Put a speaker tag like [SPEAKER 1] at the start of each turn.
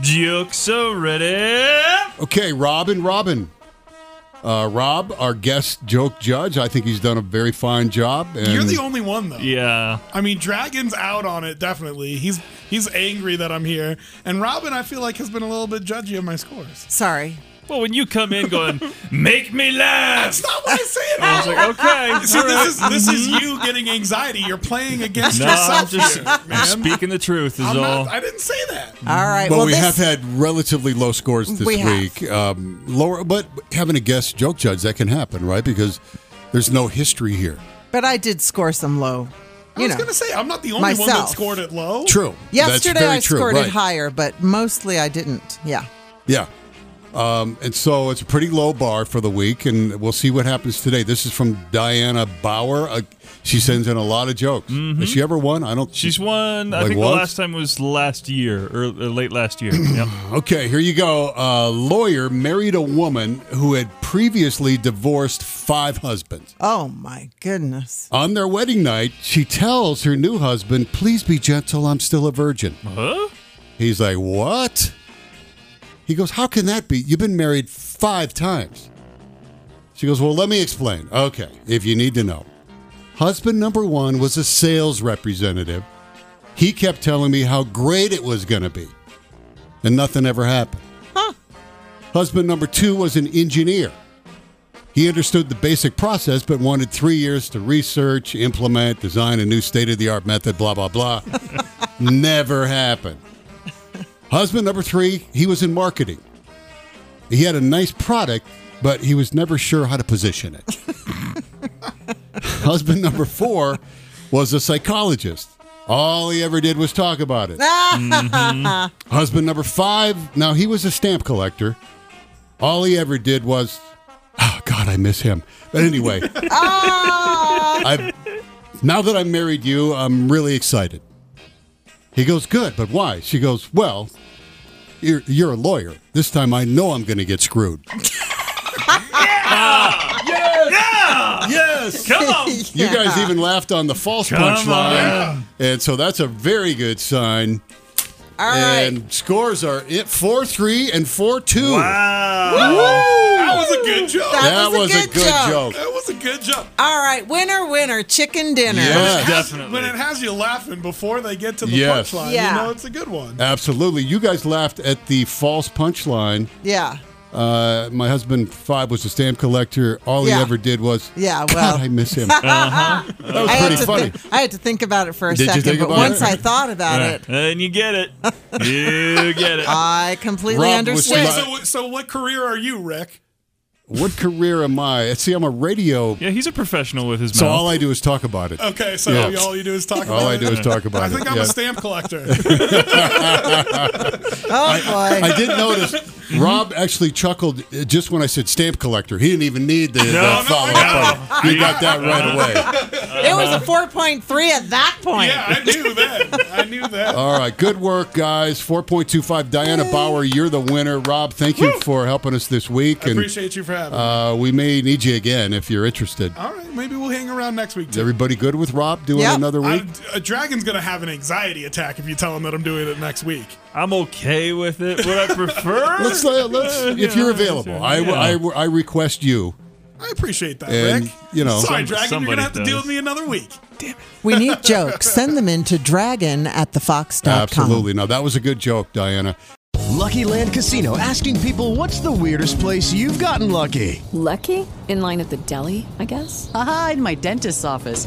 [SPEAKER 1] Jukes so ready.
[SPEAKER 2] Okay, Robin, Robin. Uh, Rob, our guest joke judge, I think he's done a very fine job. And
[SPEAKER 3] You're the only one though.
[SPEAKER 1] Yeah.
[SPEAKER 3] I mean, Dragon's out on it definitely. He's he's angry that I'm here, and Robin, I feel like has been a little bit judgy of my scores.
[SPEAKER 4] Sorry.
[SPEAKER 1] Well, when you come in going, make me laugh.
[SPEAKER 3] That's not what I said.
[SPEAKER 1] I was like, oh. okay.
[SPEAKER 3] See,
[SPEAKER 1] all right.
[SPEAKER 3] this is this is you getting anxiety. You're playing against
[SPEAKER 1] no, Mm-hmm. I'm
[SPEAKER 3] yourself
[SPEAKER 1] just
[SPEAKER 3] here,
[SPEAKER 1] I'm
[SPEAKER 3] man.
[SPEAKER 1] speaking the truth is
[SPEAKER 3] I'm
[SPEAKER 1] all.
[SPEAKER 3] not, I didn't say that.
[SPEAKER 4] All right.
[SPEAKER 2] But
[SPEAKER 4] well,
[SPEAKER 2] we
[SPEAKER 4] this,
[SPEAKER 2] have had relatively low scores this
[SPEAKER 4] We have.
[SPEAKER 2] week. Um, lower, but having a guest joke judge that can happen, right? Because there's no history here.
[SPEAKER 4] But I did score some low.
[SPEAKER 3] I
[SPEAKER 4] You
[SPEAKER 3] was
[SPEAKER 4] know.
[SPEAKER 3] gonna say I'm not the only one that
[SPEAKER 4] myself.
[SPEAKER 3] scored it low.
[SPEAKER 2] True.
[SPEAKER 4] Yesterday
[SPEAKER 2] That's very
[SPEAKER 4] I
[SPEAKER 2] true,
[SPEAKER 4] scored
[SPEAKER 2] right.
[SPEAKER 4] it higher, but mostly I didn't. Yeah.
[SPEAKER 2] Yeah. Um, and so it's a pretty low bar for the week, and we'll see what happens today. This is from Diana Bauer. Uh, she sends in a lot of jokes. Has she ever won? I don't.
[SPEAKER 1] Mm-hmm. She's won. I
[SPEAKER 2] Like
[SPEAKER 1] think
[SPEAKER 2] once?
[SPEAKER 1] the last time was last year or uh, late last year. yep.
[SPEAKER 2] Okay, here you go. A lawyer married a woman who had previously divorced five husbands.
[SPEAKER 4] Oh my goodness.
[SPEAKER 2] On their wedding night, she tells her new husband, Please be gentle, I'm still a virgin.
[SPEAKER 1] Huh?
[SPEAKER 2] He's like, What? He goes, How can that be? You've been married five times. She goes, Well, let me explain. Okay, if you need to know. Husband number one was a sales representative. He kept telling me how great it was going to be, and nothing ever happened. Husband number two was an engineer. He understood the basic process, but wanted three years to research, implement, design a new state of the art method, blah, blah, blah. Never happened. Husband number three, he was in marketing. He had a nice product, but he was never sure how to position it. Husband number four was a psychologist. All he ever did was talk about it. Husband number five, now he was a stamp collector. All he ever did was, oh, God, I miss him. But anyway, I, now that I married you, I'm really excited. He goes, good, but why? She goes, well, you're, you're a lawyer. This time I know I'm going to get screwed.
[SPEAKER 1] Yes. Come on.
[SPEAKER 2] You guys even laughed on the false
[SPEAKER 1] Come
[SPEAKER 2] punchline. And so that's a very good sign.
[SPEAKER 4] All right.
[SPEAKER 2] and scores are it 4 3 and 4 2.
[SPEAKER 3] That was a good joke.
[SPEAKER 4] That-
[SPEAKER 2] That was, a good, joke.
[SPEAKER 3] That was a good joke.
[SPEAKER 4] All right. Winner, winner, chicken dinner.
[SPEAKER 2] Yes.
[SPEAKER 1] Definitely.
[SPEAKER 3] When it has you laughing before they get to the
[SPEAKER 2] Yes.
[SPEAKER 3] punchline,
[SPEAKER 4] Yeah.
[SPEAKER 3] you know it's a good one.
[SPEAKER 2] Absolutely. You guys laughed at the false punchline.
[SPEAKER 4] Yeah.
[SPEAKER 2] Uh, my husband, Five, was a stamp collector. All
[SPEAKER 4] Yeah.
[SPEAKER 2] he ever did was,
[SPEAKER 4] Yeah, well.
[SPEAKER 2] God, I miss him. That was
[SPEAKER 4] I had,
[SPEAKER 2] pretty
[SPEAKER 4] to
[SPEAKER 2] funny.
[SPEAKER 4] think, I had to think about it for a
[SPEAKER 2] Did you
[SPEAKER 4] second,
[SPEAKER 2] think
[SPEAKER 4] but
[SPEAKER 2] about
[SPEAKER 4] once
[SPEAKER 2] it?
[SPEAKER 4] I thought about it,
[SPEAKER 1] And you get it. You get
[SPEAKER 2] Uh,
[SPEAKER 1] it.
[SPEAKER 4] I completely
[SPEAKER 2] Rob was
[SPEAKER 4] understood.
[SPEAKER 2] like-
[SPEAKER 3] So, so what career are you, Rick?
[SPEAKER 2] What career am I? See, I'm a radio,
[SPEAKER 1] Yeah, he's a professional with his
[SPEAKER 2] so
[SPEAKER 1] mouth.
[SPEAKER 2] all I do is talk about it.
[SPEAKER 3] Okay, so
[SPEAKER 2] Yeah.
[SPEAKER 3] all you do is talk.
[SPEAKER 2] All
[SPEAKER 3] about
[SPEAKER 2] I do
[SPEAKER 3] it.
[SPEAKER 2] is talk
[SPEAKER 3] I
[SPEAKER 2] about it.
[SPEAKER 3] think I'm
[SPEAKER 2] Yeah.
[SPEAKER 3] a stamp collector.
[SPEAKER 4] oh boy.
[SPEAKER 2] I did notice Rob actually chuckled uh, just when I said stamp collector. He didn't even need the,
[SPEAKER 1] no,
[SPEAKER 2] follow
[SPEAKER 1] I
[SPEAKER 2] up. You got that right away.
[SPEAKER 4] it was a 4.3 at that point.
[SPEAKER 3] yeah, I knew that. I knew that.
[SPEAKER 2] All right, good work, guys. Four point two five. Diana Bauer, you're the winner. Rob, thank you for helping us this week,
[SPEAKER 3] I
[SPEAKER 2] and
[SPEAKER 3] appreciate you for having. me.
[SPEAKER 2] uh, we may need you again if you're interested.
[SPEAKER 3] All right, maybe we'll hang around next week
[SPEAKER 2] Is
[SPEAKER 3] too.
[SPEAKER 2] everybody good with Rob doing
[SPEAKER 4] Yep.
[SPEAKER 2] another week?
[SPEAKER 3] I, a dragon's gonna have an anxiety attack if you tell him that I'm doing it next week.
[SPEAKER 1] I'm okay with it. Would I prefer?
[SPEAKER 2] Let's, uh, let's if you're available, I, I, I request you.
[SPEAKER 3] I appreciate that,
[SPEAKER 2] And,
[SPEAKER 3] Rick.
[SPEAKER 2] you know-
[SPEAKER 3] sorry,
[SPEAKER 1] Some-
[SPEAKER 3] dragon, you're
[SPEAKER 1] somebody
[SPEAKER 3] gonna have to deal
[SPEAKER 1] does.
[SPEAKER 3] with me another week.
[SPEAKER 4] We need jokes. Send them in to dragon at thefox.com.
[SPEAKER 2] Absolutely. Now that was a good joke, Diana.
[SPEAKER 5] Lucky Land Casino asking people what's the weirdest place you've gotten lucky?
[SPEAKER 6] Lucky? In line at the deli, I guess?
[SPEAKER 4] Aha, in my dentist's office.